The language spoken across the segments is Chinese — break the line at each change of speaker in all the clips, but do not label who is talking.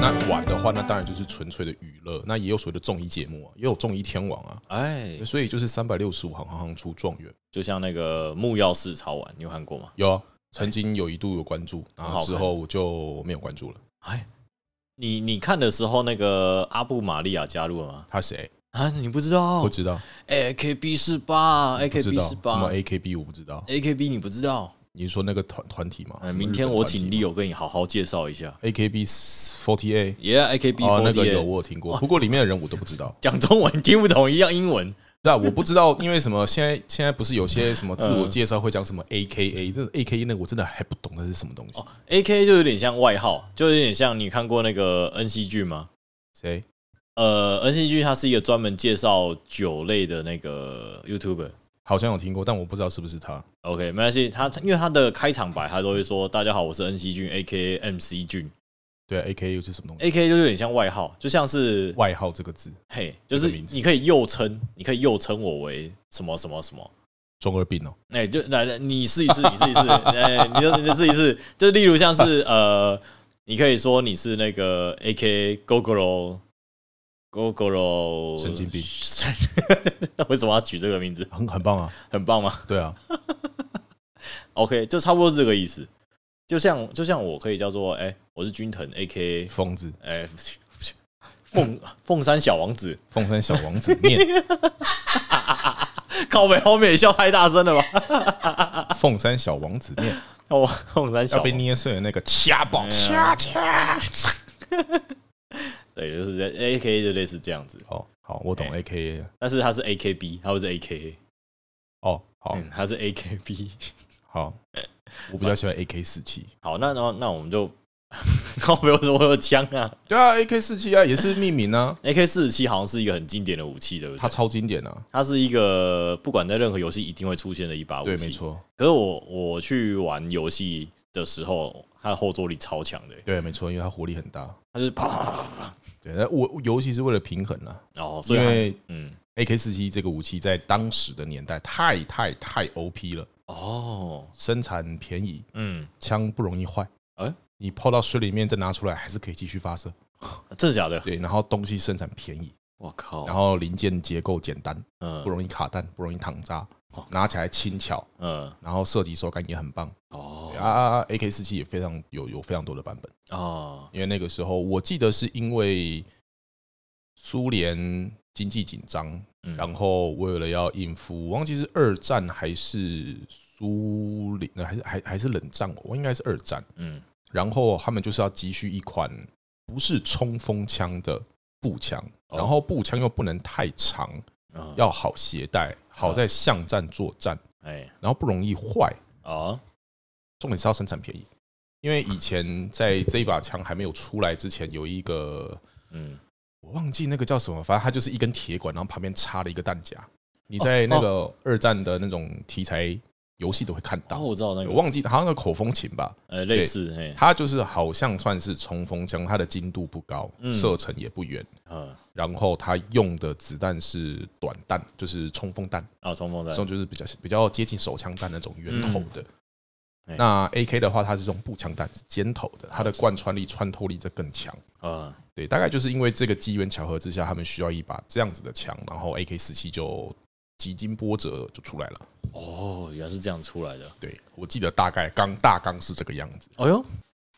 那玩的话，那当然就是纯粹的娱乐，那也有所谓的综艺节目啊，也有综艺天王啊，
哎，
所以就是三百六十五行，行行出状元。
就像那个木曜四超玩，你有看过吗？
有啊，曾经有一度有关注，然后之后我就没有关注了。
哎，你你看的时候，那个阿布玛利亚加入了吗？
他谁？
啊，你不知道
不？知道，
哎，AKB 四八
不知
，AKB
道
四
什么
八
AKB 我不知道。
，AKB 你不知道？
你是说那个团团体吗
哎，？明天我请 Leo 跟你好好介绍一下。
AKB forty eight，
Yeah，AKB
哦，那个有
48，
我有听过，不过里面的人我都不知道。
讲中文听不懂一样英文。
对啊，我不知道，因为什么？现在现在不是有些什么自
嗯
我介绍会讲什么 A K A，这 A K A 那个我真的还不懂那是什么东西。
A K 就有点像外号，就有点像你看过那个 N C G 吗？
谁？
呃，N C G 它是一个专门介绍酒类的那个 YouTuber。
好像有听过，但我不知道是不是他。
OK，没关系，他因为他的开场白他都会说：“大家好，我是 N C 君 A K M C 君
对，A 啊 K A 又是什么东西？
A K 就有点像外号，就像是
外号这个字，
嘿，就
这
是
个名字
你可以又称，你可以又称我为什么什么 什么。
中二病哦。
哎、就来来，你试一次，你试一次， 哎、你就你就试一次，就例如像 是呃，你可以说你是那个 A K Gogoro Gogoro
神经病，
为什么要取这个名字？
很很棒啊，
很棒吗？
对啊，
OK，就差不多是这个意思。就像就像我可以叫做哎、我是君腾 AK，
疯子，
哎、凤凤山小王子，
凤山小王子 念
靠北后面也笑太大声了吧？
凤山小王子哎念，
哦，凤山小
要
王
被捏碎的那个掐爆掐掐。
对，就是这 AK 就类似这样子，
哦，好，我懂 A K A。
但是他是 AKB，他不是 AK，
哦，好
嗯，他是 AKB。
好，我比较喜欢 A K 四七。
好，那那那我们就 靠北为什么会有枪啊
对啊，A K 四七啊，也是命名啊，
？AK 四十七好像是一个很经典的武器，对不
它
对？
超经典啊。
它是一个不管在任何游戏一定会出现的一把武器，
对，没错，
可是我我去玩游戏的时候，它的后坐力超强的欸、
对，没错，因为它火力很大。
它就是啪啪啪啪啪，
对，那我尤其是为了平衡啊，
然后所
因
以它
为
嗯
A K 四七这个武器在当时的年代太太太 O P 了，
哦
生产便宜，
嗯，
枪不容易坏。
哎
你泡到水里面再拿出来，还是可以继续发射。
真的假的？
对，然后东西生产便宜，
我靠，
然后零件结构简单，不
嗯
容易卡弹，不容易躺渣
哦，
拿起来轻巧，
嗯
然后射击手感也很棒。对啊
哦
啊啊！AK 四七也非常有有非常多的版本，
哦
因为那个时候我记得是因为苏联经济紧张，
嗯
然后为了要应付，我忘记是二战还是苏联，呃还是还还是冷战，我应该是二战。
嗯
然后他们就是要急需一款不是冲锋枪的步枪，
哦
然后步枪又不能太长，
嗯
要好携带，好在巷战作战，
哎
然后不容易坏，
哦
重点是要生产便宜。因为以前在这一把枪还没有出来之前，有一个
嗯
我忘记那个叫什么，反正它就是一根铁管，然后旁边插了一个弹夹。你在那
哦
个二战的那种题材游戏都会看
然
到
后，哦我知道那
我
个
忘记好像那个口风琴吧，
呃嗯类似哎
它就是好像算是冲锋枪，它的精度不高，
嗯
射程也不远，
嗯
然后它用的子弹是短弹，就是冲锋弹，
啊冲锋
这
在
种就是比较比较接近手枪弹那种圆头的。
嗯
那 A K 的话，它是用步枪弹，是尖头的，它的贯穿力、穿透力这更强。
嗯
对，大概就是因为这个机缘巧合之下，他们需要一把这样子的枪，然后 A K 四七就几经波折就出来了。
哦原来是这样出来的，
对我记得大概刚大纲是这个样子，
哎呦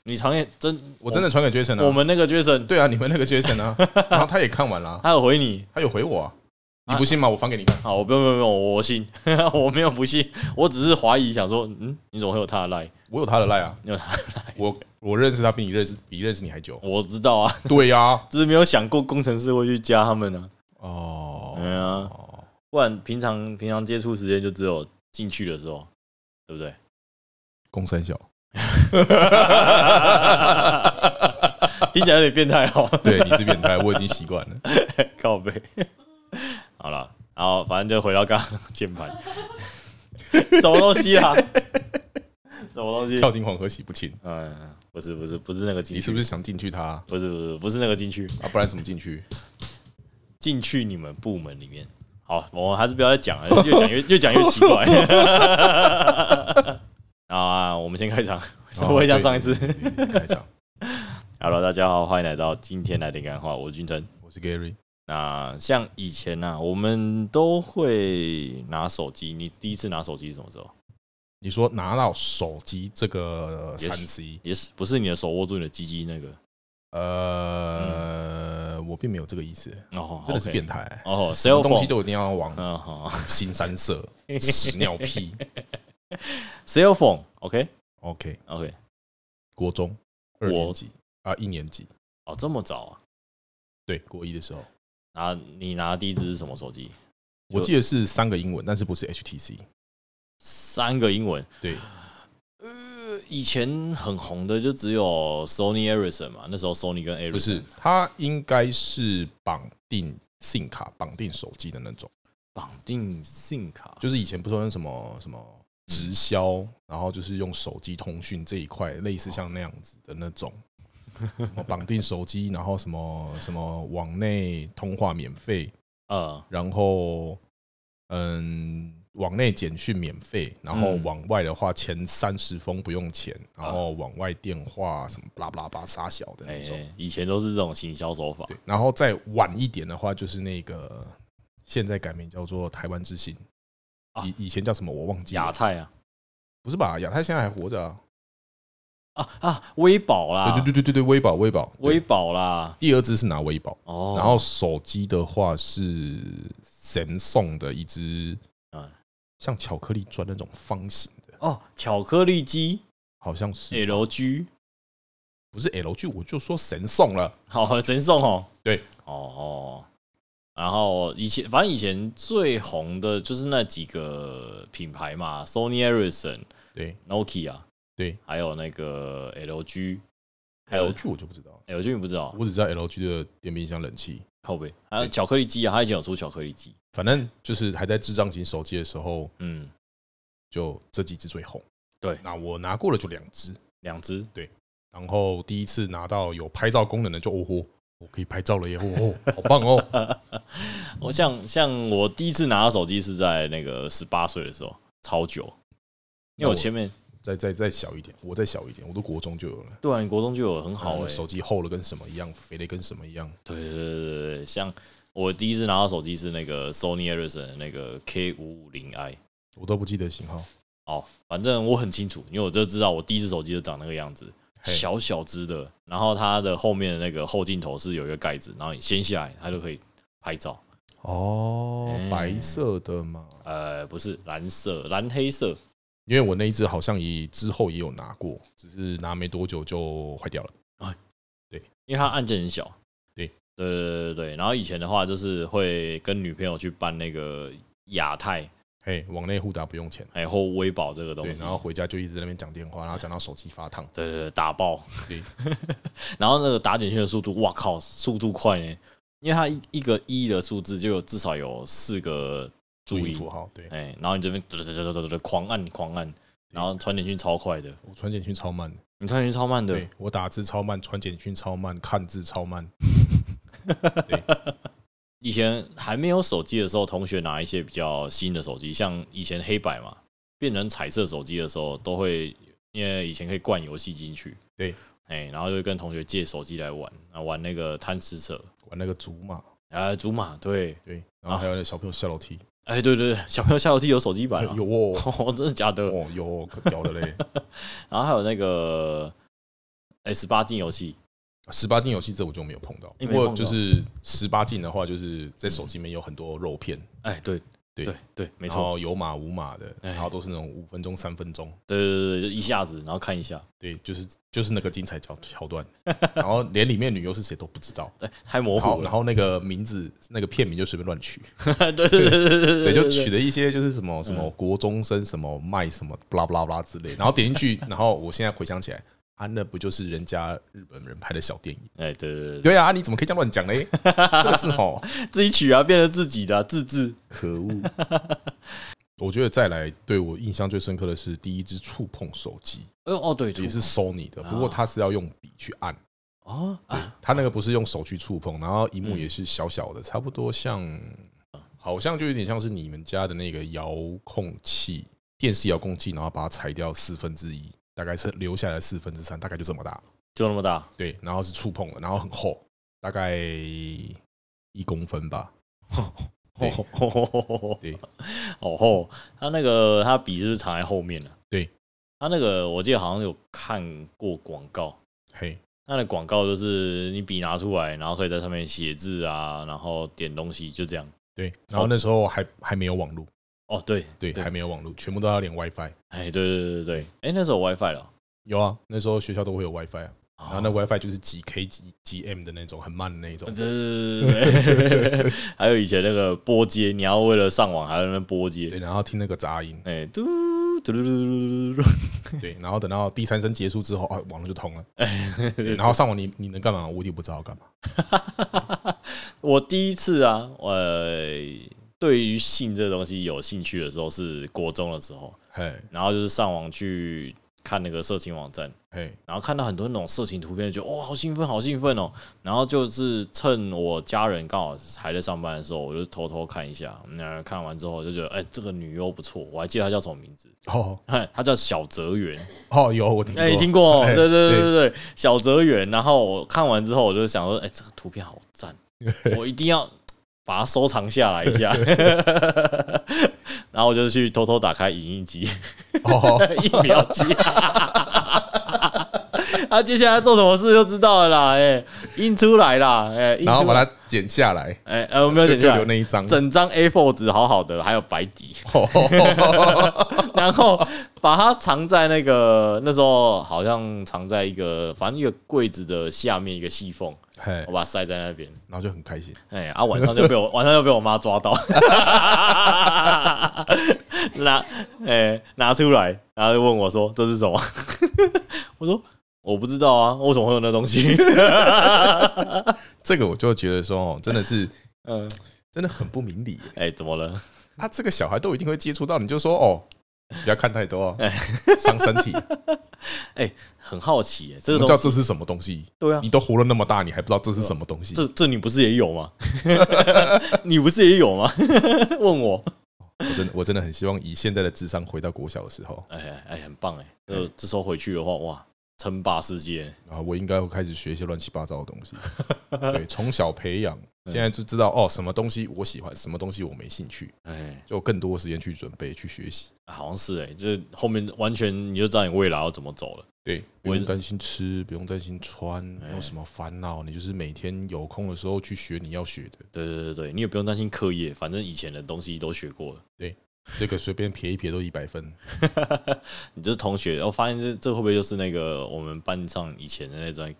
你常也真
我真的传给 Jason
我
啊，
们那个 Jason
对啊，你们那个 Jason 啊，然后他也看完了啊、
他有回你
他有回我、啊，
啊
你不信吗？我翻给你看。
好，我不用不用不用，我信， 我没有不信，我只是怀疑，想说，嗯，你怎么会有他的 line？
我有他的赖啊，
你有他的 line？。
我我认识他比你认识比认识你还久
我知道啊，
对呀、啊，
只是没有想过工程师会去加他们呢、啊。
哦
对啊，不然平常平常接触时间就只有进去的时候，对不对？
公三小，
听起来有点变态哦，
对你是变 态，我已经习惯了。
靠背。好了，然后反正就回到刚刚的键盘，什么东西啊？什么东西？
跳进黄河洗不清，
嗯，不是不是不是那个进
你
去，
是不是想进去他啊？
不是不是不是那个进去，
啊不然怎么进去？
进去你们部门里面。好，我还是不要再讲了，越讲越 越讲越奇怪。好啊， 我们先开场，稍微一下上一次。
哦对对对对开场，
Hello，大家好，欢迎来到今天来点干话，我是君晨。
我是 Gary，
那像以前呢、啊，我们都会拿手机。你第一次拿手机是什么时候？
你说拿到手机这个呃三 C，
也是不是你的手握住你的鸡鸡那个？
呃，我并没有这个意思，
哦，
真的是
嗯 OK
变态，
哦，
什么
cell
东西
phone。
都一定要往
嗯，好
新三色、屎尿屁。
，cell phone，OK，OK，、
OK，国中二
我
年级啊，一年级，
哦，这么早啊？
对，国一的时候，
拿你拿的第一只是什么手机？
我记得是三个英文，但是不是 HTC。
三个英文。
对，
呃，以前很红的就只有 Sony Ericsson 嘛，那时候 Sony 跟 Ericsson
不是，它应该是绑定 SIM 卡、绑定手机的那种。
绑定信卡，
就是以前不是说那什么什么直销，然后就是用手机通讯这一块，类似像那样子的那种，什么绑定手机，然后什么什么网内通话免费，
呃，
然后嗯，网内简讯免费，然后
嗯
往外的话前三十封不用钱，然后往外电话什么巴拉巴拉巴拉傻小的
哎、
那种。
以前都是这种行销手法
对，然后再晚一点的话，就是那个现在改名叫做台湾之星，
啊
以以前叫什么我忘记了
亚。太啊
不是吧？亚太现在还活着啊？
啊啊，微宝啦，
对对对对对，微保微保，
微
对
宝啦，
第二只是拿微保，
哦，
然后手机的话是 Samsung 的一只
嗯，
像巧克力砖那种方形的，
哦，巧克力机
好像是
LG，
不是 LG？我就说 Samsung 了，
好神送哦，
对，
哦哦。然后以前，反正以前最红的就是那几个品牌嘛，Sony Ericsson、
对
Nokia，
对
还有那个 LG，还有
，LG 我就不知道了，
LG 你不知道，
我只知道 LG 的电冰箱冷气，
靠背，还有巧克力机啊，它以前有出巧克力机，
反正就是还在智障型手机的时候，
嗯，
就这几只最红。
对
那我拿过了就两只，
两只，
然后第一次拿到有拍照功能的就哦吼，我可以拍照了耶，哦吼，好 棒哦！
我像像我第一次拿到手机是在那个十八岁的时候，超久，因为我前面
再再再小一点，我再小一点，我都国中就有了。
对啊，你国中就有很好哎、
手机厚了跟什么一样，肥的跟什么一样。
对对对对对，像我第一次拿到手机是那个 Sony Ericsson 的那个 K 五五零 i，
我都不记得型号。
哦，反正我很清楚，因为我就知道我第一只手机就长那个样子，
嘿
小小只的，然后它的后面的那个后镜头是有一个盖子，然后你掀下来，它就可以拍照。
哦
哎，
白色的嘛，
呃，不是蓝色，蓝黑色。
因为我那一只好像也之后也有拿过，只是拿没多久就坏掉了。
因为它按键很小。
对
对对对对，然后以前的话就是会跟女朋友去办那个亚太，
嘿，往内互打不用钱。
还有或微保这个东
对，
西
然，后回家就一直在那边讲电话，然后讲到手机发烫。
对对对，打爆
对。
然后那个打点线的速度，哇靠，速度快呢，因为它一一个一的数字就有至少有四个注
注意
音
符，号，对
哎、然后你这边嘚嘚嘚嘚嘚嘚狂按狂按，然后传简讯超快的，
我传简讯超慢的，
你传简讯超慢的
对，我打字超慢，传简讯超慢，看字超慢。
以前还没有手机的时候，同学拿一些比较新的手机，像以前黑白嘛，变成彩色手机的时候，都会因为以前可以灌游戏进去，
对，
哎、然后就会跟同学借手机来玩，啊，玩那个贪吃蛇，
玩那个竹马，
啊，竹马，对，
对，然
啊
后还有那小朋友下楼梯，
哎、对对对，小朋友下楼梯有手机版啊，
有 哦，
哦，真的假的？
哦有哦可屌的嘞！
然后还有那个哎十八禁游戏，
十八禁游戏这我就没有碰到，
你
不
没碰到
过就是十八禁的话，就是在手机里面有很多肉片，
哎、对
对
对对，没
然
错，
后有码无码的，
哎
然后都是那种五分钟、三分钟，
对对对对，一下子然后看一下，
对，就是就是那个精彩桥桥段，然后连里面女优是谁都不知道，
哎、太模
好，
糊
然
了，
后那个名字那个片名就随便乱取，
对对对对对对
对，
对，
就
对嗯
取了一些就是什么什么国中生什么卖什么布拉布拉布拉之类，然后点进去，然后我现在回想起来，啊，那不就是人家日本人拍的小电影？
哎、对对对对。
对啊，你怎么可以这样乱讲嘞？真的是哦。
自己取啊，变成自己的啊、自制。
可恶！ 我觉得再来对我印象最深刻的是第一只触碰手机，
哦哦，对，
也是 Sony 的，
啊
不过它是要用笔去按，
哦啊，
它那个不是用手去触碰，然后荧幕
嗯
也是小小的，差不多像好好像就有点像是你们家的那个遥控器，电视遥控器，然后把它裁掉四分之一，大概是留下来四分之三，大概就这么大。
就那么大，
对，然后是触碰的，然后很厚，大概一公分吧。对哦对
好厚。它那个它笔是不是藏在后面呢、
对，
它那个我记得好像有看过广告，
嘿，
它的广告就是你笔拿出来，然后可以在上面写字啊，然后点东西，就这样。
对。然后那时候还还没有网络，
哦，对
对，还没有网络，全部都要连 WiFi。
哎，对对对对对，哎、那时候有 WiFi 了。
有啊，那时候学校都会有 WiFi 啊，然后那
哦
WiFi 就是几 K 几几 M 的那种，很慢的那种
对。哦对对对对对，还有以前那个拨接，你要为了上网还要在那边拨接，
对，然后听那个杂音，
哎、嘟嘟嘟嘟嘟嘟，
对，然后等到第三声结束之后，啊，网络就通了。
哎，
对然后上网你你能干嘛？我也不知道干嘛。
我第一次啊，呃，对于性这东西有兴趣的时候是国中的时候，
嘿，
然后就是上网去看那个色情网站，
嘿，
然后看到很多那种色情图片，就哇、好兴奋，好兴奋哦！然后就是趁我家人刚好还在上班的时候，我就偷偷看一下，那看完之后就觉得，哎、这个女优不错，我还记得她叫什么名字，
哦
她叫小泽圆，
哦，有我听过，
哎、听过，
嘿
对对对
对
对对，小泽圆。然后我看完之后，我就想说，哎、这个图片好 赞，我一定要把它收藏下来一下。 然后我就去偷偷打开影印 机，
哦，
印表机。啊，接下来做什么事就知道了啦，哎、印出来啦，哎、印
然后
出
把
来，
它剪下来，
哎、哎我没有
就
剪
就
下
留
来，
那一张。
整张 A4 纸好好的，还有白底。
哦
然后把它藏在那个那时候好像藏在一个反正一个柜子的下面一个细缝，
嘿，
我把它塞在那边。
然后就很开心。
哎，啊，晚上就被我 晚上就被我妈抓到， 拿哎拿出来，然后就问我说这是什么？ 我说我不知道啊，为什么会有那东西？
这个我就觉得说，哦，真的是
嗯，
真的很不明理耶。
哎，怎么了？
他这个小孩都一定会接触到，你就说哦，不要看太多
哎
哦，伤身体。
很好奇、哎，这
什
个
么叫
东西
这是什么东西？
对啊
你，都活了那么大，你还不知道这是什么东西？
这这你不是也有吗？ 你不是也有吗？ 问我。
我真的我真的很希望以现在的智商回到国小的时候
哎哎哎，很棒哎！
嗯
呃，这时候回去的话，哇，称霸世界，
啊，我应该会开始学一些乱七八糟的东西。对，从小培养，现在就知道哦，什么东西我喜欢，什么东西我没兴趣，
哎，
就更多时间去准备去学习。
好像是哎，这后面完全你就知道你未来要怎么走了。
对，
我
不
也
用担心吃，不用担心穿，没
哎
有什么烦恼。你就是每天有空的时候去学你要学的，
对对对对，你也不用担心课业，反正以前的东西都学过了。
这个随便撇一撇都一百分。
你这同学，我发现这这会不会就是那个我们班上以前的那种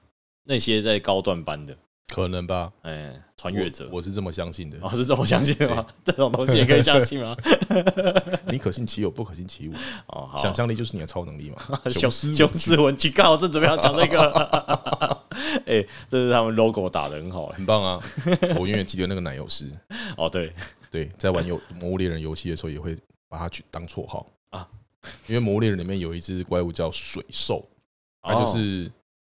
那些在高段班的，
可能吧，
哎，穿越者
我，我是这么相信的。
哦，是这么相信的吗？这种东西也可以相信吗？
你可信其有，不可信其无。
哦，好，。
想象力就是你的超能力嘛雄狮
雄狮文具，刚好正准备要讲那个， 哎，这是他们 logo 打 的很好哎。
很棒啊！ 我永远记得那个奶油师，
哦，对，
对，在玩游《魔物猎人》游戏的时候，也会把它去当绰号
啊
啊，因为《魔物猎人》里面有一只怪物叫水兽，它就
哦
是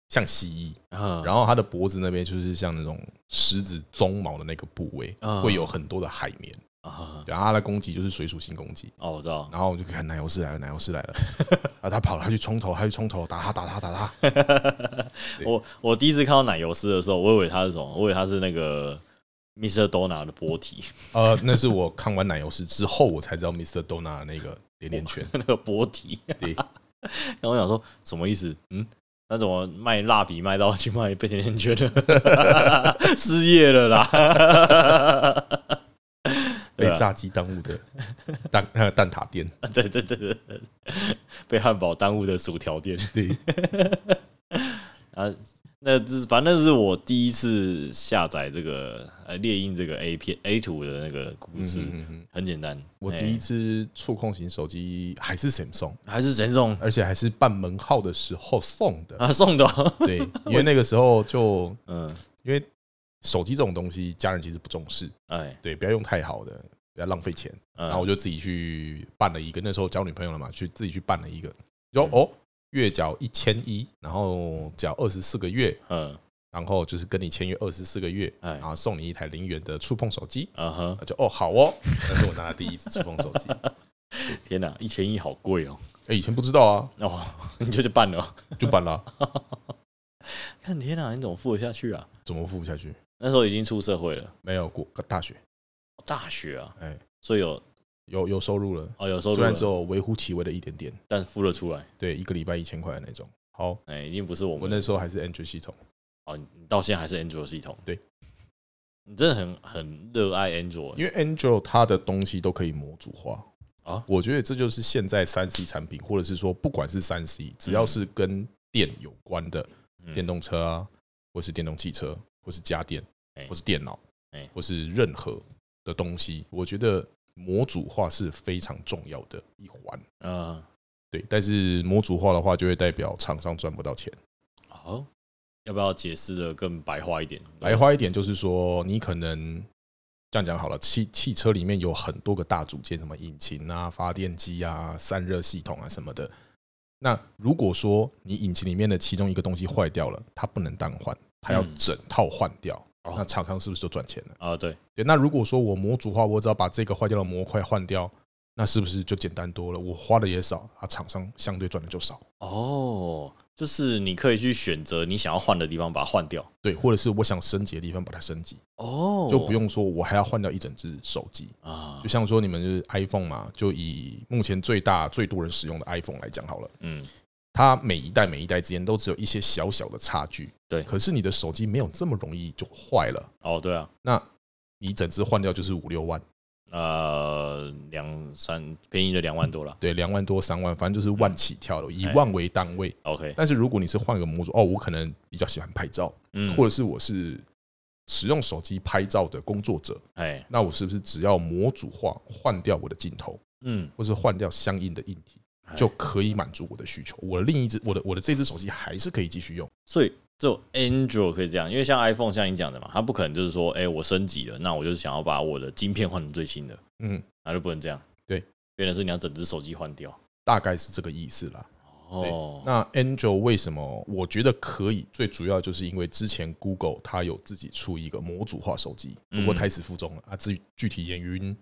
像蜥蜴，
嗯
然后它的脖子那边就是像那种狮子鬃毛的那个部位，
嗯
会有很多的海绵。
啊，
然后它的攻击就是水属性攻击，
哦，我知道，
然后我就看奶油师来了，奶油师来了， 啊，他跑了，他去冲头，他去冲头，打他，打他，打他，对
我我第一次看到奶油丝的时候，我以为它是什么？我以为它是那个 Mr. Dona 的波体，
呃，那是我看完奶油师之后，我才知道 Mr. Dona 的那个点点拳，
那个波体。
对，
然后我想说什么意思？嗯，那怎么卖蜡笔卖到去卖被甜甜圈了？ 失业了啦！ 对
被
啊
炸鸡耽误的蛋呃蛋挞店，
对对对对，对被汉堡耽误的薯条店。
对，
啊，那是反正是我第一次下载这个呃猎鹰这个 A 片 A 图的那个故
嗯
事，
哼嗯哼
很简单。
我
哎
第一次触控型手机还是 Samsung，
还是神送
而且还是办门号的时候送的，
啊送的哦，
对，因为那个时候就
嗯，
因为手机这种东西，家人其实不重视，
哎，嗯
对，不要用太好的，不要浪费钱，然
然
后我就自己去办了一个，那时候交女朋友了嘛，去自己去办了一个，就哦，月缴一千一，然后缴二十四个月，
嗯，
然后就是跟你签约二十四个月，
哎
然后送你一台零元的触碰手机，
嗯哼，
那就哦好哦，那是我拿的第一次触碰手机。
天哪，一千一好贵哦！
哎，以前不知道啊，
哦， 你就去办了，哦
就办了啊，
看天哪，你怎么付得下去啊？
怎么付不下去？
那时候已经出社会了，
没有过大学，
大学啊，
哎，
所以有
有有收入了，
哦有收入
虽然
了
只，有微乎其微的一点点，
但付了出来，
对，一个礼拜一千块的那种。好，
哎、已经不是我
我
们
那时候还是 Android 系统，
哦，你到现在还是 Android 系统，
对，
你真的很很热爱 Android，
因为 Android 它的东西都可以模组化
啊
我觉得这就是现在三 C 产品，或者是说不管是三 C，只要是跟电有关的，
嗯
电动车啊，或是电动汽车，或是家电
哎，
或是电脑
哎，
或是任何的东西，我觉得模组化是非常重要的一环。
嗯，
对，但是模组化的话，就会代表厂商赚不到钱。
好、要不要解释的更白话一点？
哦白话一点就是说，你可能这样讲好了，汽汽车里面有很多个大组件，什么引擎啊、发电机啊、散热系统啊什么的。那如果说你引擎里面的其中一个东西坏掉了，它不能单换，它要
嗯
整套换掉，
哦
那厂商是不是就赚钱了？
啊，对，
对，那如果说我模组化，我只要把这个坏掉的模块换掉，那是不是就简单多了？我花的也少，啊，厂商相对赚的就少。
哦，就是你可以去选择你想要换的地方，把它换掉，
对，或者是我想升级的地方把它升级，
哦，
就不用说我还要换掉一整只手机。
啊
就，像说你们就是 iPhone 嘛，就以目前最大最多人使用的 iPhone 来讲好了，
嗯，
它每一代每一代之间都只有一些小小的差距。
对
可是你的手机没有这么容易就坏了，
哦，对啊，
那你整只换掉就是五六万，
呃，两三便宜的两万多了
对，两万多三万，反正就是万起跳了，以
哎
万为单位。
，OK，
但是如果你是换个模组，哦，我可能比较喜欢拍照，
嗯，
或者是我是使用手机拍照的工作者，
哎，
那我是不是只要模组化换掉我的镜头，
嗯，
或是换掉相应的硬体，
哎
就可以满足我的需求？我的另一只，我的我的这只手机还是可以继续用，
所以只有 Android 可以这样，因为像 iPhone 像你讲的嘛，它不可能就是说，哎、我升级了，那我就是想要把我的晶片换成最新的，
嗯，
那就不能这样。
对，
变成是你要整只手机换掉。
大概是这个意思啦。
哦，
那 Angel 为什么我觉得可以？最主要就是因为之前 Google 它有自己出一个模组化手机，不过
嗯
胎死腹中了啊。至于具体原因，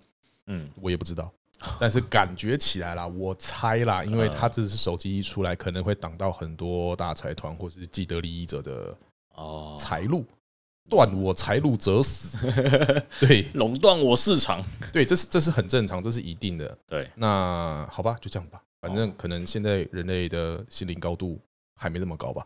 嗯，
我也不知 道，但是感觉起来啦，我猜啦，因为
嗯
它这只手机一出来，可能会挡到很多大财团或是既得利益者的
哦，
财路，断我财路者死。对
垄断我市场。
对，这是这是很正常，这是一定的。
对，
那好吧，就这样吧，反正可能现在人类的心灵高度还没那么 高吧。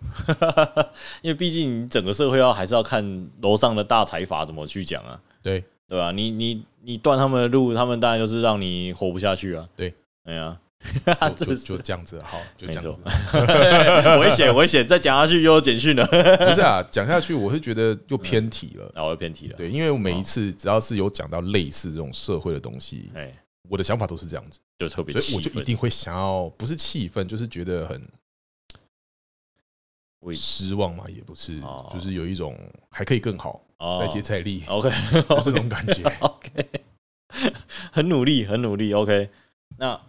因为毕竟你整个社会要还是要看楼上的大财阀怎么去讲啊，
对
对吧、你你你断他们的路，他们当然就是让你活不下去啊。
对，
哎呀、
就
这
就是就这样子，好，就
没
这样
错
子。，
危险危险，再讲下去又有简讯了，
不是啊，讲下去我是觉得又偏题了。
那我又偏题了。
对，因为我每一次只要是有讲到类似这种社会的东西，
哎、
我的想法都是这样子。
就特别
所以
气
我就一
愤
定会想要，不是气愤，就是觉得很
为
失望嘛，也不是
哦，
就是有一种还可以更好，
哦
再接再厉，
OK
就这种 感觉。
OK，很努力，很努力。OK，那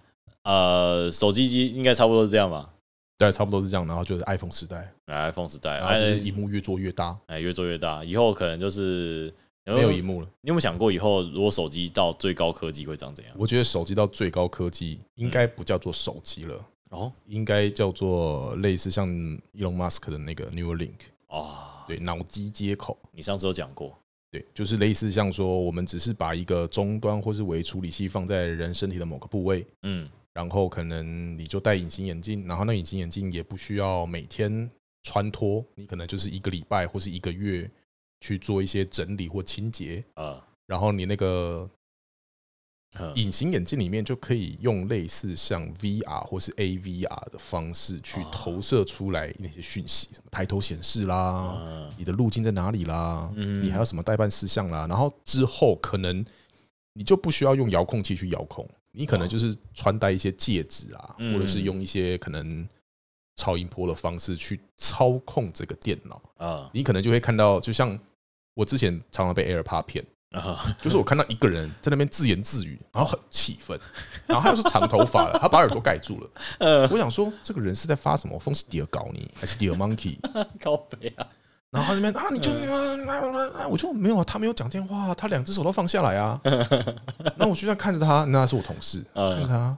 呃，手机机应该差不多是这样吧？
对，差不多是这样。然后就是 iPhone 时代，
来，iPhone 时代，
然后啊就是
哎
荧幕越做越大，
哎，越做越大，以后可能就是
没有荧幕了。
你有没有想过以后如果手机到最高科技会长怎样？
我觉得手机到最高科技，应该不叫做手机了，
哦
应该叫做类似像 Elon Musk 的那个 Neuralink，
哦，
对，脑机接口。
你上次有讲过，
对，就是类似像说，我们只是把一个终端或是微处理器放在人身体的某个部位，
嗯，
然后可能你就戴隐形眼镜，然后那隐形眼镜也不需要每天穿脱，你可能就是一个礼拜或是一个月去做一些整理或清洁，
呃，
然后你那个
呃
隐形眼镜里面就可以用类似像 VR 或是 AVR 的方式去
哦
投射出来那些讯息，什么抬头显示啦，
呃
你的路径在哪里啦，
嗯
你还有什么代办事项啦，然后之后可能你就不需要用遥控器去遥控，你可能就是穿戴一些戒指啊，
啊嗯
或者是用一些可能超音波的方式去操控这个电脑，
呃
你可能就会看到，就像我之前常常被 AirPod 骗。
呃
就是我看到一个人在那边自言自语，然后很气愤，然后他又是长头发了，他把耳朵盖住了。
呃，
我想说，这个人是在发什么疯？是 Dear 搞你，还是 Dear Monkey？
高北啊，
然后他那边啊，你就是啊，我就没有啊，他没有讲电话啊，他两只手都放下来啊。那我就这样看着他，那是我同事，看着
嗯
他，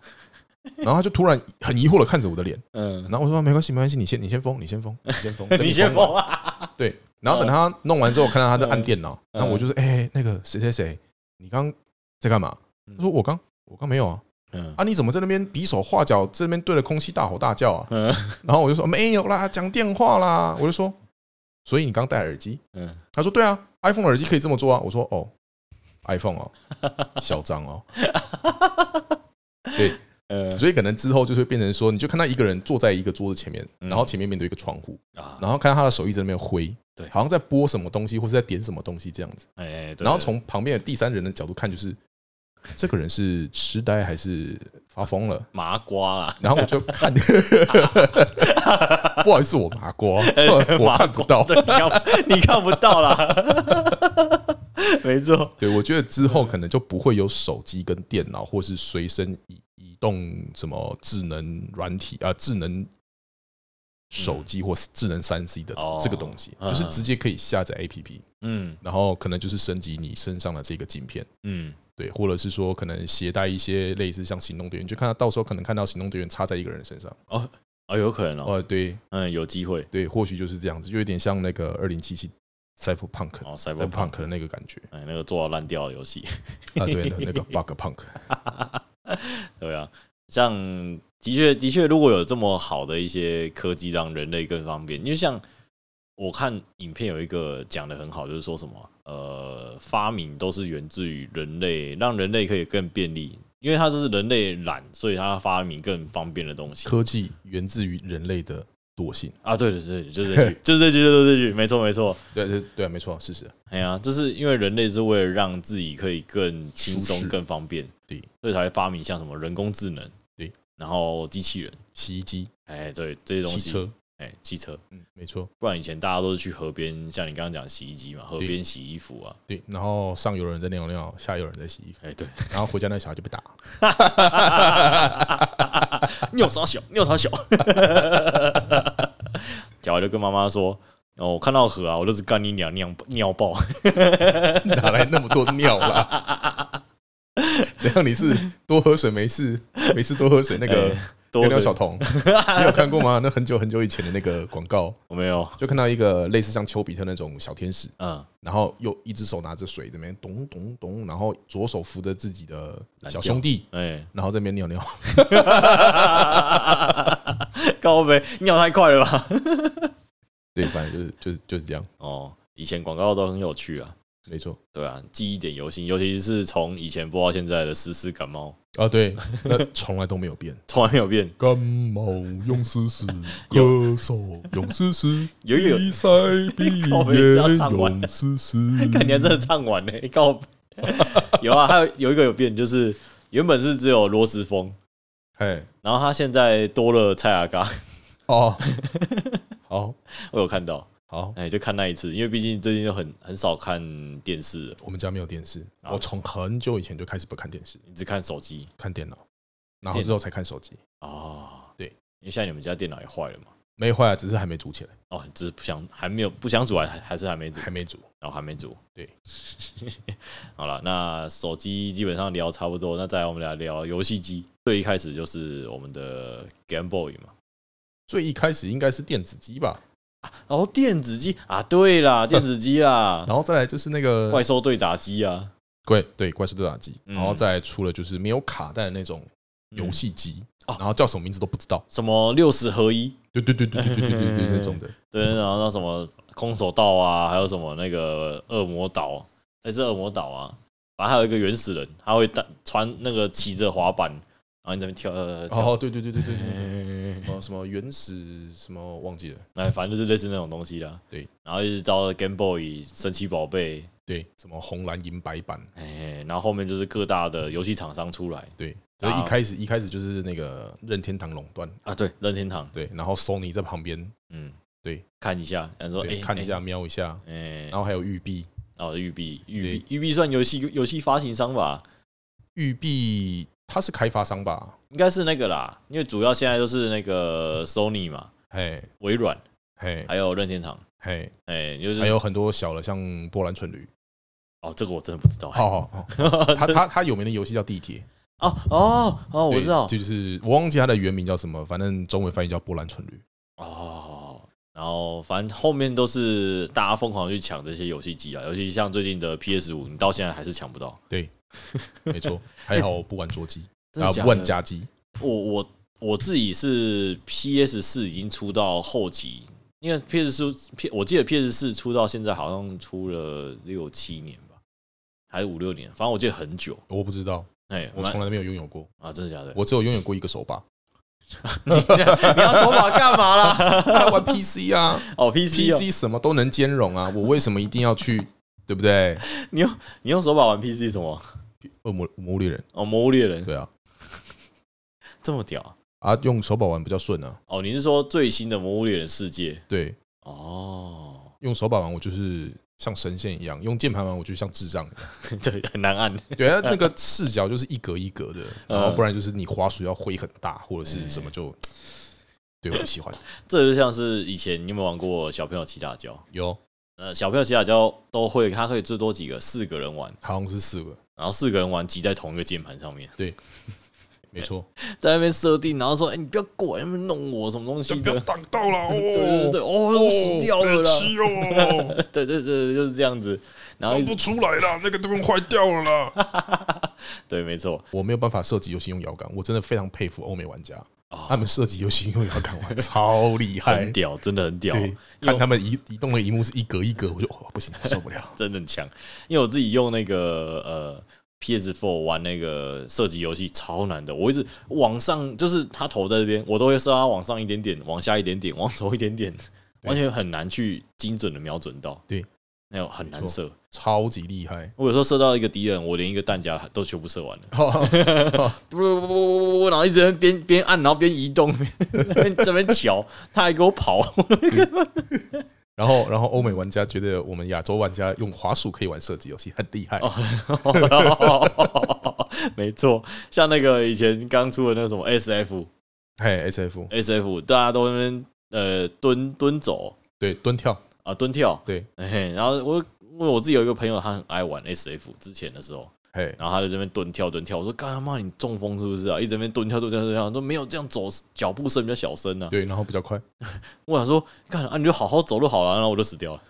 然后他就突然很疑惑的看着我的脸，
嗯，，
然后我说没关系，没关系，你先你先封，你先封，你先封
你先
完
疯啊！
对，然后等他弄完之后，我看到他在按电脑，
嗯
然后我就是哎、那个谁谁谁，你刚在干嘛？
嗯
他说我刚我刚没有啊，
嗯
啊你怎么在那边比手画脚，这边对着空气大吼大叫啊？
嗯
然后我就说没有啦，讲电话啦。我就说，所以你刚戴耳机？
嗯，
他说对啊，iPhone 耳机可以这么做啊。我说哦，iPhone 哦，小张 哦。对，
呃
所以可能之后就是变成说，你就看他一个人坐在一个桌子前面，
嗯
然后前面面对一个窗户，
啊，
然后看到他的手一直在那边挥，
对
好像在播什么东西或是在点什么东西这样子。
哎，对
然后从旁边的第三人的角度看，就是这个人是痴呆还是发疯了？
麻瓜啦，
然后我就看， 不好意思，我麻瓜，
呃
我看不到。
哎对，你看你看不到啦， 没错，
对，我觉得之后可能就不会有手机跟电脑，或是随身移移动什么智能软体啊、智能手机或是智能三 C 的
嗯哦
这个东西，
嗯
就是直接可以下载 APP，
嗯
然后可能就是升级你身上的这个镜片。
嗯，
对，或者是说可能携带一些类似像行动电源，就看他到时候可能看到行动电源插在一个人身上。
哦，有可能哦，
哦，对
嗯，有机会
对，或许就是这样子，就有点像那个二零七七 Cyberpunk
哦，Cyberpunk，
Cyberpunk 的那个感觉
哎，那个做到烂掉的游戏，
啊，对，那那个 Bug Punk，
对啊，像的确的确，如果有这么好的一些科技，让人类更方便，因为像我看影片有一个讲的很好，就是说什么呃，发明都是源自于人类，让人类可以更便利，因为它这是人类懒，所以它发明更方便的东西。
科技源自于人类的惰性。
啊，对对 对，就是这句，就是这句，就是这句，没错没错。
对对对，啊没错，事实。
哎呀，就是因为人类是为了让自己可以更轻
舒
松、
适
更方便，
对，
所以才会发明像什么人工智能，
对，
然后机器人，
洗衣机、
哎，对这些东
汽
西，
车，
哎，汽车，
嗯，没错，
不然以前大家都是去河边，像你刚刚讲洗衣机嘛，河
对
边洗衣服啊，
对。然后上游人在尿尿，下游人在洗衣 服，
哎， 对，
然后回家那小孩就被打。
尿啥小，尿啥小， 小孩就跟妈妈说。哦，我看到河啊，我就是干你娘尿尿爆，
哪来那么多尿啦？ 怎样？你是多喝水没事，没事多喝水。那个
哎多
尿尿
嘴
小童，你有看过吗？那很久很久以前的那个广告，
我没有，
就看到一个类似像丘比特那种小天使，
嗯，
然后又一只手拿着水这边咚咚咚，然后左手扶着自己的小
懒觉
兄弟，
哎，
然后在那边尿尿。
高呗，尿太快了吧？
对，反正就是就是就是这样，
哦，以前广告都很有趣啊，
没错。
对啊，记忆点犹新，尤其是从以前播到现在的丝丝感冒，
啊，对，那从来都没有 变。
从来没有 变。
感冒用试 试，歌手用试 试，
有有
比赛比
靠北
也
这要唱完
用试 试。
看你还真的唱完呢、高北 有啊，还有有一个有变，就是原本是只有罗时峰，
哎，
然后他现在多了蔡阿嘎，
哦， 好
我有看到，
好，
哎、就看那一次，因为毕竟最近就很很少看电视了，
我们家没有电视，
啊
我从很久以前就开始不看电视，
你只看手机
看电脑，然后之后才看手机。
哦。
对，
因为现在你们家电脑也坏了嘛。
没坏啊，只是还没煮起来，
哦，只是不想还没有不想煮，还还还是还没煮，
还没煮。
然后还没煮。
对，
好了，那手机基本上聊差不多，那再来我们来聊游戏机。最一开始就是我们的 Game Boy 嘛，
最一开始应该是电子机吧，
啊然后电子机啊，对啦，电子机啦，
然后再来就是那个
怪兽对打机啊，
怪对怪兽对打机，
嗯
然后再来出了就是没有卡带的那种游戏机，
哦
然后叫什么名字都不知道。
什么六十合一，
对对对对对对对对对那种的，
对，然后那什么空手道啊，还有什么那个恶魔岛，还是恶魔岛啊，反正还有一个原始人，他会带穿那个骑着滑板，然后你这边跳，呃跳
哦，对对对对对对对，
嗯
什么什么原始什么忘记了，
哎，反正就是类似那种东西啦。
对，
然后一直到 Game Boy、神奇宝贝，
对，什么红蓝银白版，
哎，然后后面就是各大的游戏厂商出来
对，所以
啊
一开始一开始就是那个任天堂垄断，
啊，对，任天堂，
对，然后 Sony 在旁边
嗯，
对，
看一下，然后说，
对
哎，
看一下瞄一下，
哎，哎，
然后还有育碧，
然后育碧，育碧，育碧算游戏游戏发行商吧，
育碧它是开发商吧？
应该是那个啦，因为主要现在都是那个 Sony 嘛，
嘿，
微软
嘿，
还有任天堂，
嘿，
哎，就是
还有很多小的，像波兰蠢驴。
哦，这个我真的不知道。
哦 哦，哦他他他有名的游戏叫地铁，
哦哦哦，我
对
知道
就是我忘记它的原名叫什么，反正中文翻译叫波兰蠢驴。
哦。然后反正后面都是大家疯狂去抢这些游戏机啊，尤其像最近的 PS 五，你到现在还是抢不到。
对，没 错，还好我不玩桌机，
真
啊
的，假
不玩
的？
家机。
我我我自己是 PS 四已经出到后期，因为 PS 四 P 我记得 PS 四出到现在好像出了六七年吧，还是五六年，反正我记得很久。
我不知道，
哎，
我
蛮
从来没有拥有 过，
啊，真的假的？
我只有拥有过一个手把，
你要手把干嘛 啦？
他玩 PC 啊
哦，PC，哦
，PC 什么都能兼容啊，我为什么一定要去， 对不对？
你用你用手把玩 PC 什么？
恶魔魔物猎人，
哦，魔物猎人
对啊，
这么屌啊、
啊，用手把玩比较顺啊，
哦，你是说最新的魔物猎人世界？
对，
哦，
用手把玩我就是像神仙一样，用键盘玩我就像智障一样。
对，很难按。
对啊，那个视角就是一格一格 的，然后不然就是你滑鼠要挥很大或者是什么就，对，我不喜欢。
这就像是以前你有没有玩过小朋友骑打跤？
有，
呃，小朋友骑打跤都会，它可以最多几个，四个人玩，
好像是四个，
然后四个人玩挤在同一个键盘上面，
没 错，
在那边设定，然后说：“哎、你不要过来，那边弄我什么东西的。”
挡到了，
对对对，哦，我死掉了啦！
哦，
对对对，就是这样子。然后一直
出来
哎
了，那个灯坏掉了啦。
对，没错，
我没有办法设计游戏用摇杆，我真的非常佩服欧美玩家，
哦
他们设计游戏用摇杆玩 超厉害
很。屌，真的很屌。
对，看他们移移动的荧幕是一格一格，我就哦不行，受不 了。
真的很强。因为我自己用那个呃 PS4 玩那个射击游戏超难的，我一直往上，就是它头在这边，我都会射它往上一点点，往下一点点，往左一点点，
对
完全很难去精准的瞄准到。
对，
那种很难
没
射。
超级厉 害。
我有时候射到一个敌人，我连一个弹夹都全部射完了，
哦
不不不不不不，然后一直在边边按，然后边移 动，边这边瞧，他还给我 跑。
然后，然后欧美玩家觉得我们亚洲玩家用滑鼠可以玩射击游戏很厉害，
没错，像那个以前刚出的那个什么 SF，
嘿，S F
S F，大家都在那边呃蹲蹲走
对蹲跳，
啊蹲跳，
对，
嘿，然后我因为我自己有一个朋友，他很爱玩 S F，之前的时候，
嘿，
然后他在这边蹲跳蹲跳，我说干他妈你中风是不是啊？一直在那边蹲跳蹲跳蹲跳，说没有这样走，脚步声比较小声啊。
对，然后比较快，
我想说干啊你就好好走路好了，然 后我就死掉了。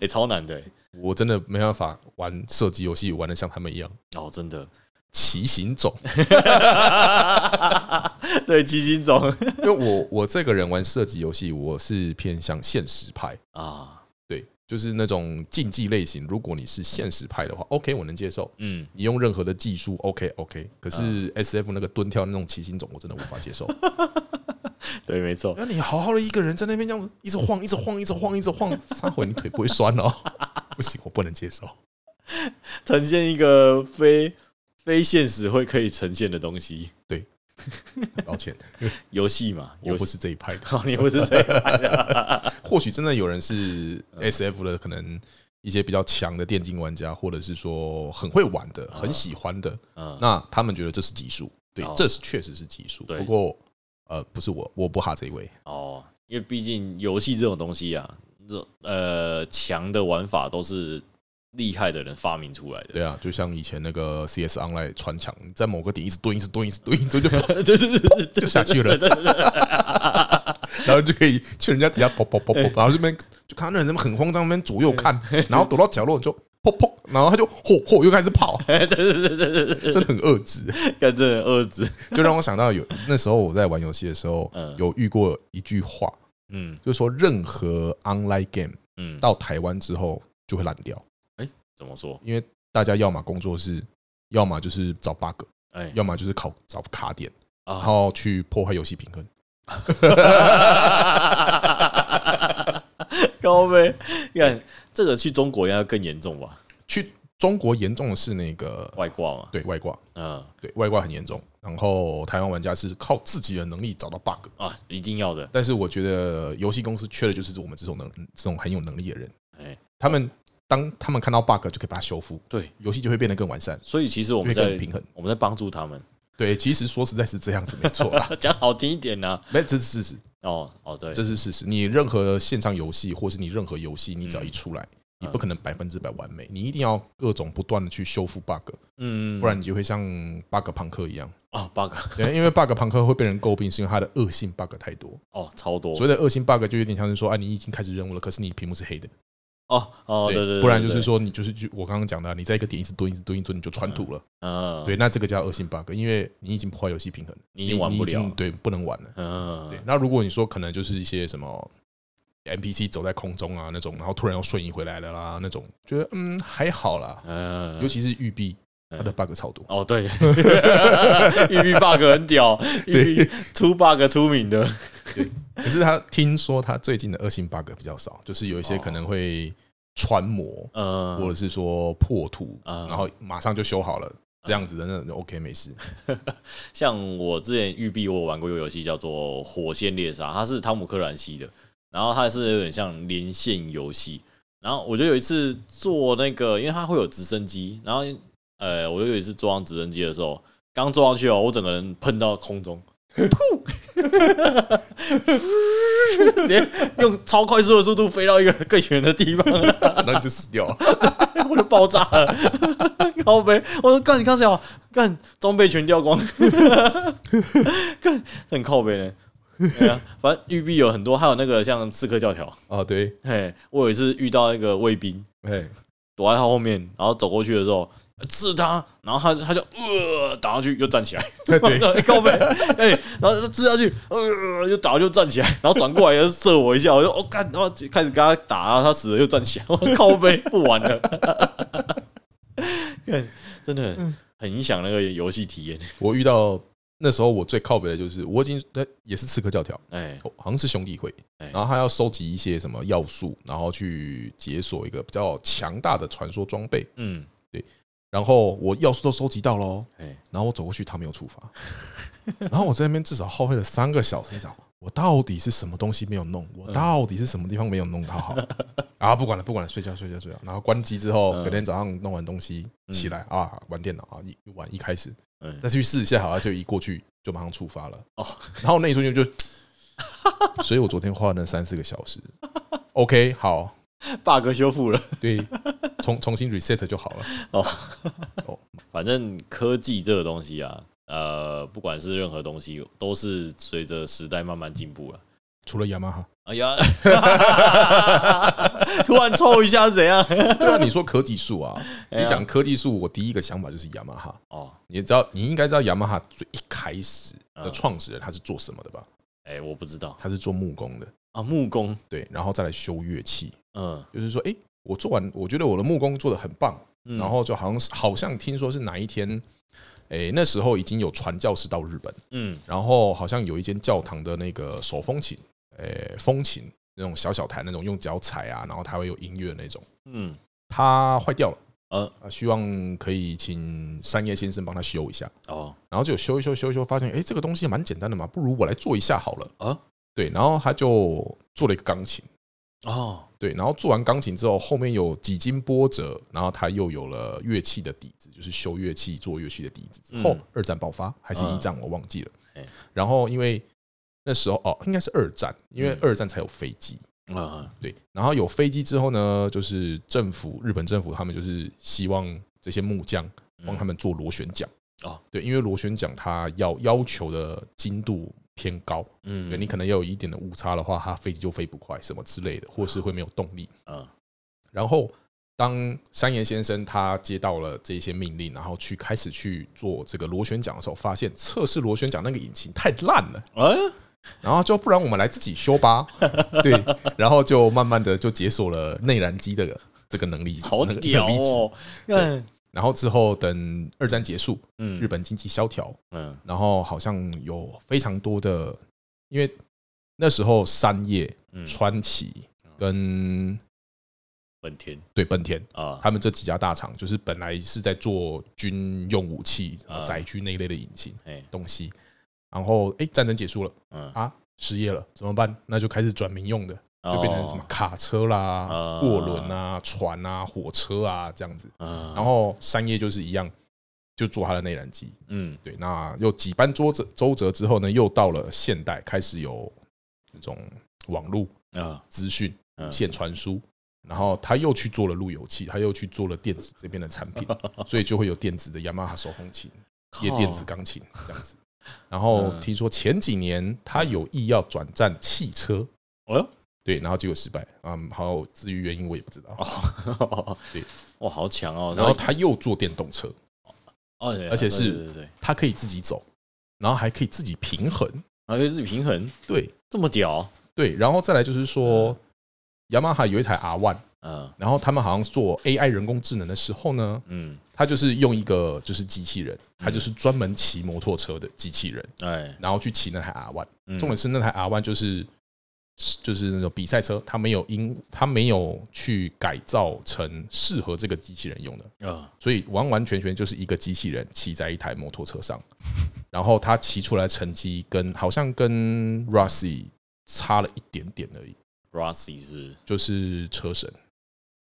哎、超难的、欸、
我真的没办法玩射击游戏玩的像他们一样，
哦，真的，
骑行种，
对，七星种
因为我我这个人玩射击游戏，我是偏向现实派，
啊，
对，就是那种竞技类型。如果你是现实派的话，OK，我能接受。
嗯，
你用任何的技术，OK OK，可是 S F 那个蹲跳那种骑行种，我真的无法接受。
对，没错，
那你好好的一个人在那边这样一直晃，一直晃，一直晃，一直晃，三回你腿不会酸哦？ 不行，我不能接受。
呈现一个非非现实会可以呈现的东西。
抱歉，
游戏嘛，
我
游
不
戏。
是这一派的。
哦，你不是这 样的
或许真的有人是 S F 的，可能一些比较强的电竞玩家，或者是说很会玩的、很喜欢的，
嗯，
那他们觉得这是级数，对
哦，
这是确实是级数。
对
不过呃，不是我，我不哈这一位。
哦，因为毕竟游戏这种东西啊，这呃强的玩法都是厉害的人发明出 来的。
对啊，就像以前那个 C S Online 穿墙，你在某个点一直蹲，一直蹲，一直蹲，一直蹲就
对对对对 对，
就下去了， 然后就可以去人家底下跑跑跑跑，然后这边就看到那人很慌张，那边左右看，然后躲到角落你就 砰砰，然后他就嚯嚯又开始跑，真的很恶质。
干真的二子，
就让我想到有那时候我在玩游戏的时候
嗯，
有遇过一句话，
嗯
就是说任何 online game
嗯，
到台湾之后就会烂掉，
怎么说？
因为大家要么工作室，要么就是找 bug，
哎
要么就是考找卡点，然
啊，
后去破坏游戏平衡。
高飞，看这个去中国应该更严重吧？
去中国严重的是那个
外挂嘛，
对外挂，
嗯
对外挂很严重。然后台湾玩家是靠自己的能力找到 bug，
啊，一定要的。
但是我觉得游戏公司缺的就是我们这种能这种很有能力的人。
哎，
他们当他们看到 bug 就可以把它修复，
对，
游戏就会变得更完善，
所以其实我
就
们
会
在
更平衡。
我们在帮助他们，
对，其实说实在是这样子，没错啦。
讲好听一点呢、啊
没，这是事实。
哦哦，对，
这是事实。你任何线上游戏，或是你任何游戏，你只要一出来，你
嗯
不可能百分之百完美，你一定要各种不断的去修复 bug，
嗯，
不然你就会像 bug 朋克一样。
哦 bug
对因为 bug 朋克会被人诟病，是因为它的恶性 bug 太多。
哦超多
所谓的恶性 bug 就有点像是说，哎，你已经开始任务了，可是你屏幕是黑的。
哦哦，对对，
不然就
对
是，说你就是就我刚刚讲的啊，你在一个点一直蹲，一直蹲，一直蹲，你就穿土了。
对嗯，
对，，那这个叫恶性 bug，因为你已经破坏游戏平衡了，
你已经玩
你
不
已经
了，
对，不能玩了。
嗯，
对，那如果你说可能就是一些什么 NPC 走在空中啊那种，然后突然要瞬移回来了啦那种，觉得嗯还好啦。
嗯，
尤其是玉璧，它
嗯
的 bug 超多。
哦，对， 玉璧 bug 很屌，玉璧出 bug 出名的，嗯
可是他听说他最近的恶性 bug 比较少，就是有一
哦
些可能会穿模，
嗯，
或者是说破图，
嗯
然后马上就修好了，这样子的那 OK 没事。
像我之前育碧，我有玩过一个游戏叫做《火线猎杀》，它是汤姆克兰西的，然后它是有点像连线游戏。然后我就有一次坐那个，因为它会有直升机，然后呃，我就有一次坐上直升机的时候，刚坐上去哦，我整个人喷到空中，噗，直接用超快速的速度飞到一个更远的地方。
然后你就死掉了。
我就爆炸了，靠背，我说干你干谁啊？干装备全掉光， 干很靠背呢。对啊，反正玉璧有很多，还有那个像刺客教条，
哦，对，
嘿，我有一次遇到那个卫兵
哎，
躲在他后面，然后走过去的时候呃刺他，然后他他就呃打上去又站起来，
对对，
靠背，哎、然后他刺下去，呃又打又站起来，然后转过来又射我一下，我就哦干，然后就开始跟他打，然啊后他死了又站起来，我靠背不玩了，干真的很很影响那个游戏体验，
我遇到那时候我最靠北的就是，我已经呃也是刺客教条，
哎
好像是兄弟会，
哎
然后他要收集一些什么要素，然后去解锁一个比较强大的传说装备。
嗯
然后我要素都收集到哦喽，
哎
然后我走过去，他没有触发，然后我在那边至少耗费了三个小时在找，我到底是什么东西没有弄，
嗯
我到底是什么地方没有弄到好 啊？不管了，不管了，睡觉睡觉睡觉。然后关机之后，
嗯
隔天早上弄完东西
嗯
起来啊，玩电脑啊，一玩一开始
嗯
再去试一下，好了，就一过去就马上触发了。
哦，
然后那一瞬间就，所以我昨天花了那三四个小时。OK，好，
，bug 修复了。
对，重重新 reset 就好了。
反正科技这个东西啊，呃，不管是任何东西，都是随着时代慢慢进步了。
除了雅马哈，
哎 呀，突然抽一下是怎 样？
对啊，你说科技树 啊，
哎
你
呀
讲科技树，我第一个想法就是雅马哈。
哦，
你知道，你应该知道雅马哈最一开始的
嗯
创始人他是做什么的吧？
哎、我不知道
他是做木工的，
啊，木工，
对，然后再来修乐器。
嗯，
就是说，诶，我做完，我觉得我的木工做的很棒，
嗯
然后就好像是好像听说是哪一天，诶，那时候已经有传教士到日本，
嗯
然后好像有一间教堂的那个手风琴，诶，风琴那种小小台那种用脚踩啊，然后它会有音乐那种，
嗯，
它坏掉了，
呃，
啊，希望可以请三叶先生帮他修一下。
哦，
然后就修一修修一修，发现哎、诶这个东西蛮简单的嘛，不如我来做一下好了
啊。
对，然后他就做了一个钢琴，
哦，
对，然后做完钢琴之后，后面有几经波折，然后他又有了乐器的底子，就是修乐器、做乐器的底子之后，
嗯
二战爆发还是一战，我忘记了
哎。
然后因为那时候哦，应该是二战，因为
嗯
二战才有飞机。
啊，
对，然后有飞机之后呢，就是政府日本政府他们就是希望这些木匠帮他们做螺旋桨。
嗯哦，
对，因为螺旋桨它要要求的精度偏高，
嗯，
对你可能要有一点的误差的话，它飞机就飞不快，什么之类的，或是会没有动力。
嗯，
然后，当山岩先生他接到了这些命令，然后去开始去做这个螺旋桨的时候，发现测试螺旋桨那个引擎太烂了，
哎、
然后就不然我们来自己修 吧。对，然后就慢慢的就解锁了内燃机的这个能力，
好
那个
屌
能力值
哦，看，
然后之后等二战结束，
嗯，
日，本经济萧条，
嗯，
然后好像有非常多的，因为那时候山叶、
嗯，
川崎跟
本田
对本田，
啊，
他们这几家大厂，就是本来是在做军用武器、
啊
载具那一类的引擎
哎，
东西，然后哎、诶战争结束了，啊
嗯，
失业了怎么办？那就开始转民用的，就变成
哦
什么卡车啦、
啊
货轮啊、船啊、火车啊这样子。
哦？
然
然，
后山叶就是一样，就做它的内燃机，
嗯，
对，那又几番周折周折之后呢，又到了现代，开始有那种网络
啊，
资讯
嗯
线传输，然后他又去做了路由器，他又去做了电子这边的产 品，所以就会有电子的雅马哈手风琴、也电子钢琴这样子。然后
哦嗯
听说前几年他有意要转战汽车，
哦哟
对，然后结果失败。嗯，好，至于原因我也不知道。
哦，
对，
哇，好强哦！
然后他又做电动车，
哦，对
而且是
对对对，
他可以自己走，然后还可以自己平衡。
而且是啊平衡
对
这么屌，
对，然后再来就是说，雅马哈有一台 R One，
嗯
然后他们好像做 AI 人工智能的时候呢，
嗯，
他就是用一个就是机器人，他就是专门骑摩托车的机器人，
哎，
然后去骑那台 R One。
嗯
重点是那台 R One 就是就是那种比赛车，它没有因它没有去改造成适合这个机器人用的，
啊，
所以完完全全就是一个机器人骑在一台摩托车上， 然后他骑出来成绩跟好像跟 Rossi 差了一点点而已，
Rossi 是
就是车神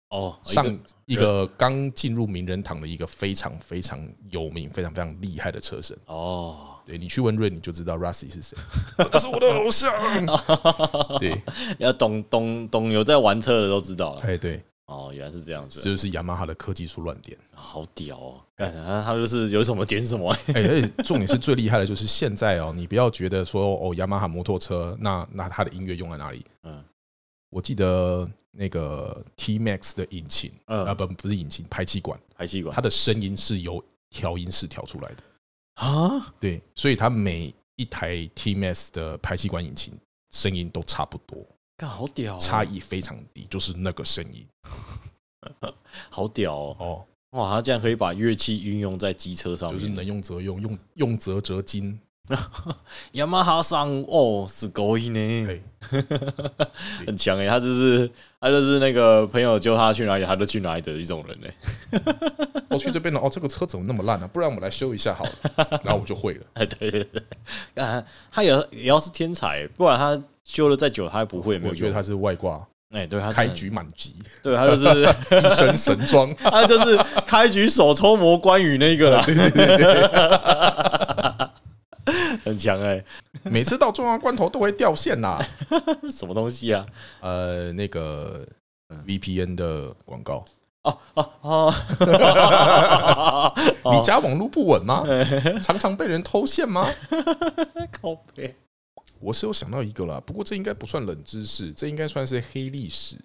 哦，一个
上一个刚进入名人堂的一个非常非常有名、非常非常厉害的车神。
哦，
对你去问瑞，你就知道 Rossi 是 谁，这是我的偶像。对，
要懂懂懂有在玩车的都知道了。
哎 对，
哦，原来是这样
这
子，
就是雅马哈的科技出乱点。
好屌哦！感觉他就是有什么点什么，
哎、而且重点是最厉害的就是现在哦，你不要觉得说哦，雅马哈摩托车，那那它的音乐用在哪里？
嗯
我记得那个 T Max 的引擎啊、
嗯，
不不是引擎，排气管，
排气管
它的声音是由调音室调出来的。
啊，
对，所以它每一台 T Max 的排气管引擎声音都差不多，
干好屌哦，
差异非常低，就是那个声音
好屌哦！
哦，
哇，他竟然可以把乐器运用在机车上
就是
面，
能用则用，用用则折金。
雅马哈上哦是高音呢，
哎，
很强哎，他就是他就是那个朋友叫他去哪里，他就去哪里的一种人哎，
我、去这边了，哦，这个车怎么那么烂呢、不然我来修一下好了， 然后我就会了。
哎对 对对，啊，他也也要是天才，不然他修了再久他也不会，没有
我觉得
用
他是外挂，
哎，对他
开
真的，
局满级，
对他就是。
一身神 装。
他就是开局手抽魔关羽那个啦，很强哎、
每次到重要关头都会掉线啦、
这是什么东西啊？
呃，那个
嗯
VPN 的广告，
哦哦哦，嗯
你家网络不稳吗？常常被人偷线吗？
靠背
我是有想到一个啦，不过这应该不算冷知识，这应该算是黑历史。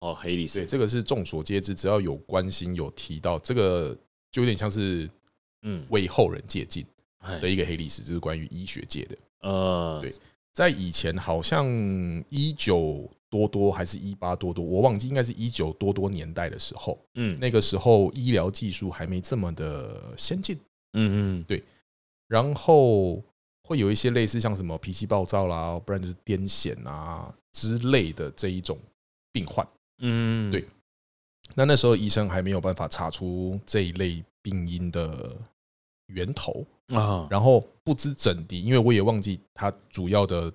哦，黑历
对，
史，
这个是众所皆知，只要有关心有提到这个，就有点像是
嗯，
为后人借鉴
哎
的一个黑历史，就是关于医学界的。
呃，
对在以前好像一九多多还是一八多多，我忘记，应该是一九多多年代的时候，
嗯，
那个时候医疗技术还没这么的先进。
嗯嗯
然后会有一些类似像什么脾气暴躁啦，不然就是癫痫啊之类的这一种病患。
嗯，
对那那时候医生还没有办法查出这一类病因的源头，
啊，
然后不知怎的，因为我也忘记他主要的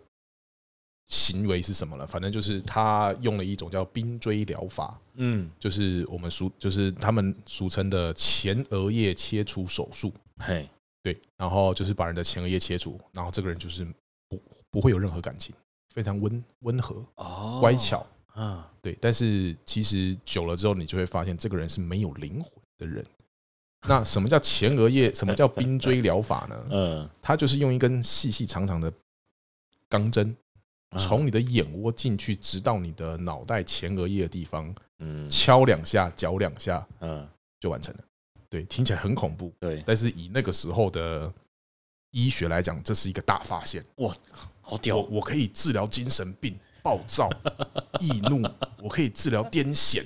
行为是什么了，反正就是他用了一种叫冰锥疗法，
嗯，
就是我们俗就是他们俗称的前额叶切除手术。
嘿，
对，然后就是把人的前额叶切除，然后这个人就是不不会有任何感情，非常温温和、
哦，
乖巧，
啊，
对。但是其实久了之后，你就会发现这个人是没有灵魂的人。那什么叫前额叶？什么叫冰锥疗法呢？
嗯，
它就是用一根细细长长的钢针，
啊
从你的眼窝进去，直到你的脑袋前额叶的地方，
嗯
敲两下、搅两下
嗯，
就完成了。对，听起来很恐怖，
对，
但是以那个时候的医学来讲，这是一个大发现。
好
我
屌，
我可以治疗精神病、暴 躁、易怒，我可以治疗癫痫。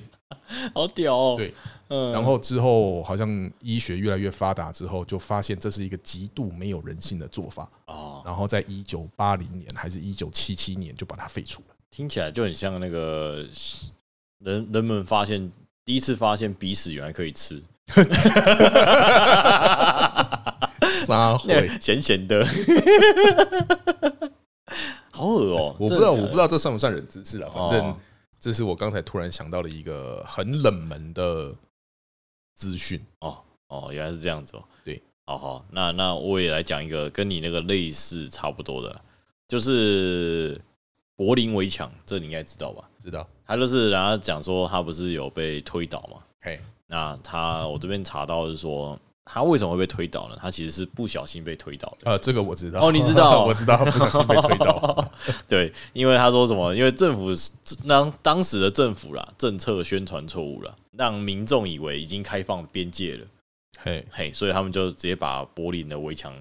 好屌哦，
对，
嗯，
然后之后，好像医学越来越发达之后，就发现这是一个极度没有人性的做法。
哦，
然后在一九八零年还是一九七七年就把它废除了。
听起来就很像那个人人们发现第一次发现鼻屎原来可以 吃，
撒会，
咸咸的，好恶哦、
我不知道，我不知
道，
道这算不算冷知识了。反正
哦
这是我刚才突然想到的一个很冷门的资讯。
哦，原来是这样子哦、
对，
好好，那那我也来讲一个跟你那个类似差不多的，就是柏林围墙，这你应该知道吧？
知道？
他就是然后讲说他不是有被推倒嘛？
嘿，
那他我这边查到是说他为什么会被推倒呢？他其实是不小心被推倒的。
呃，这个我知道。
哦你知 道
我知道，不小心被推 倒。
对，因为他说什么？因为政府是当当时的政府啦，政策宣传错误了，让民众以为已经开放边界了，
嘿，
嘿，所以他们就直接把柏林的围墙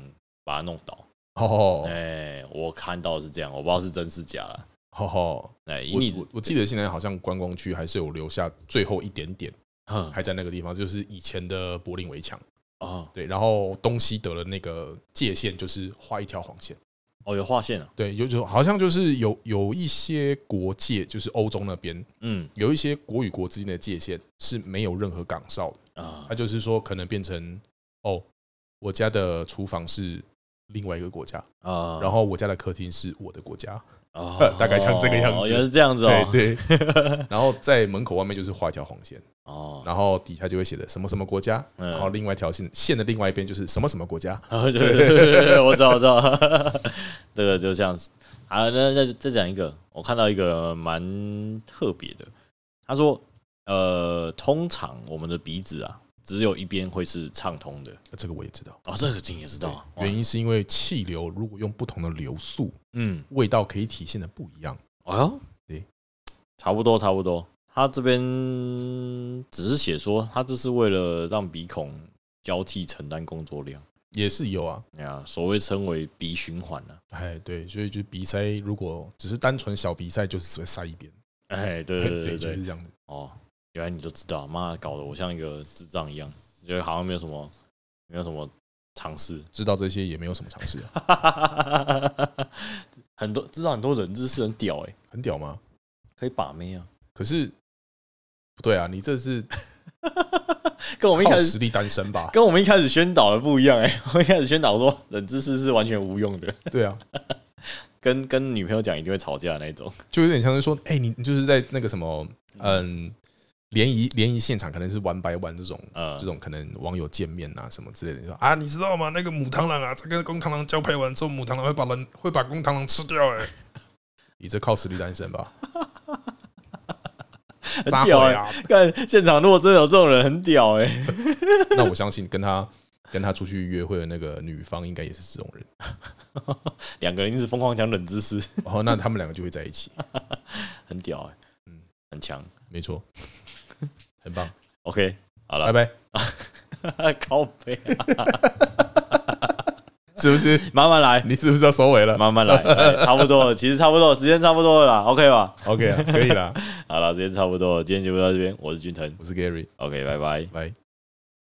把它弄倒。
哦
哎、我看到是这样，我不知道是真是假了。
吼吼，
哎，以
我
你
我我记得现在好像观光区还是有留下最后一点点，
哼
还在那个地方，就是以前的柏林围墙。
哦
对，然后东西德的那个界限就是画一条黄线。
哦有划线了、
对，有就好像就是有有一些国界，就是欧洲那边
嗯
有一些国与国之间的界限是没有任何岗哨的，
啊
它就是说可能变成哦，我家的厨房是另外一个国家，
啊，
然后我家的客厅是我的国家，
哦
大概像这个样子
哦原来是这样子哦。
对 对，然后在门口外面就是画一条红线，
哦，
然后底下就会写的什么什么国家，
嗯
然后另外一条线线的另外一边就是什么什么国家，
对对对对对，我知道我知道， 这个就像是啊，那再再讲一个，我看到一个蛮特别的，他说呃，通常我们的鼻子啊，只有一边会是畅通的。
这个我也知道。
哦，这个你也知道，哇
原因是因为气流如果用不同的流速，
嗯，
味道可以体现的不一样。
哎呦，
对，
差不多差不多。他这边只是写说，他这是为了让鼻孔交替承担工作量，
也是有啊，
哎呀，所谓称为鼻循环啊 呢、
哎，对，所以就是鼻塞，如果只是单纯小鼻塞，就是只会塞一边，
啊。哎，对对对对
就是这样子。
哦，原来你就知道，妈搞得我像一个智障一样，觉得好像没有什么没有什么尝 试，
知道这些也没有什么尝试、啊，
很多知道很多冷知识很屌哎、
很屌吗？
可以把妹啊，
可是不对啊，你这是
跟我们一
靠
开始
实力单身吧？
跟我们一开始宣导的不一样哎、 我们一开始宣导说冷知识是完全无用的，
对啊，
跟跟女朋友讲一定会吵架的那 种，
就有点像是说，哎、你你就是在那个什么，嗯，联谊联谊现场可能是玩白玩这种。
呃
这，种可能网友见面啊什么之类的，你说啊，你知道吗？那个母螳螂啊，它跟公螳螂交配完之后，母螳螂会把人会把公螳螂吃掉、 哎，你这靠实力单身吧？撒
屌
谎
欸
啊！
看现场如果真的有这种人很屌哎、
那我相信跟他跟他出去约会的那个女方应该也是这种人，
两个人一直疯狂讲冷知识，
然后那他们两个就会在一起，
很屌哎、嗯
嗯，
很强
没错，很棒，
，OK，好
拜
了，
拜，
靠背、啊，
是不是？
慢慢 来。
你是不是要收尾了
慢慢来，哎差不多 了，其实差不多了，时间差不多了啦，OK 吧？
？OK，啊可以啦，
好了，时间差不多了，今天节目到这边，我是君腾
我是 Gary，
，OK，拜拜。
拜。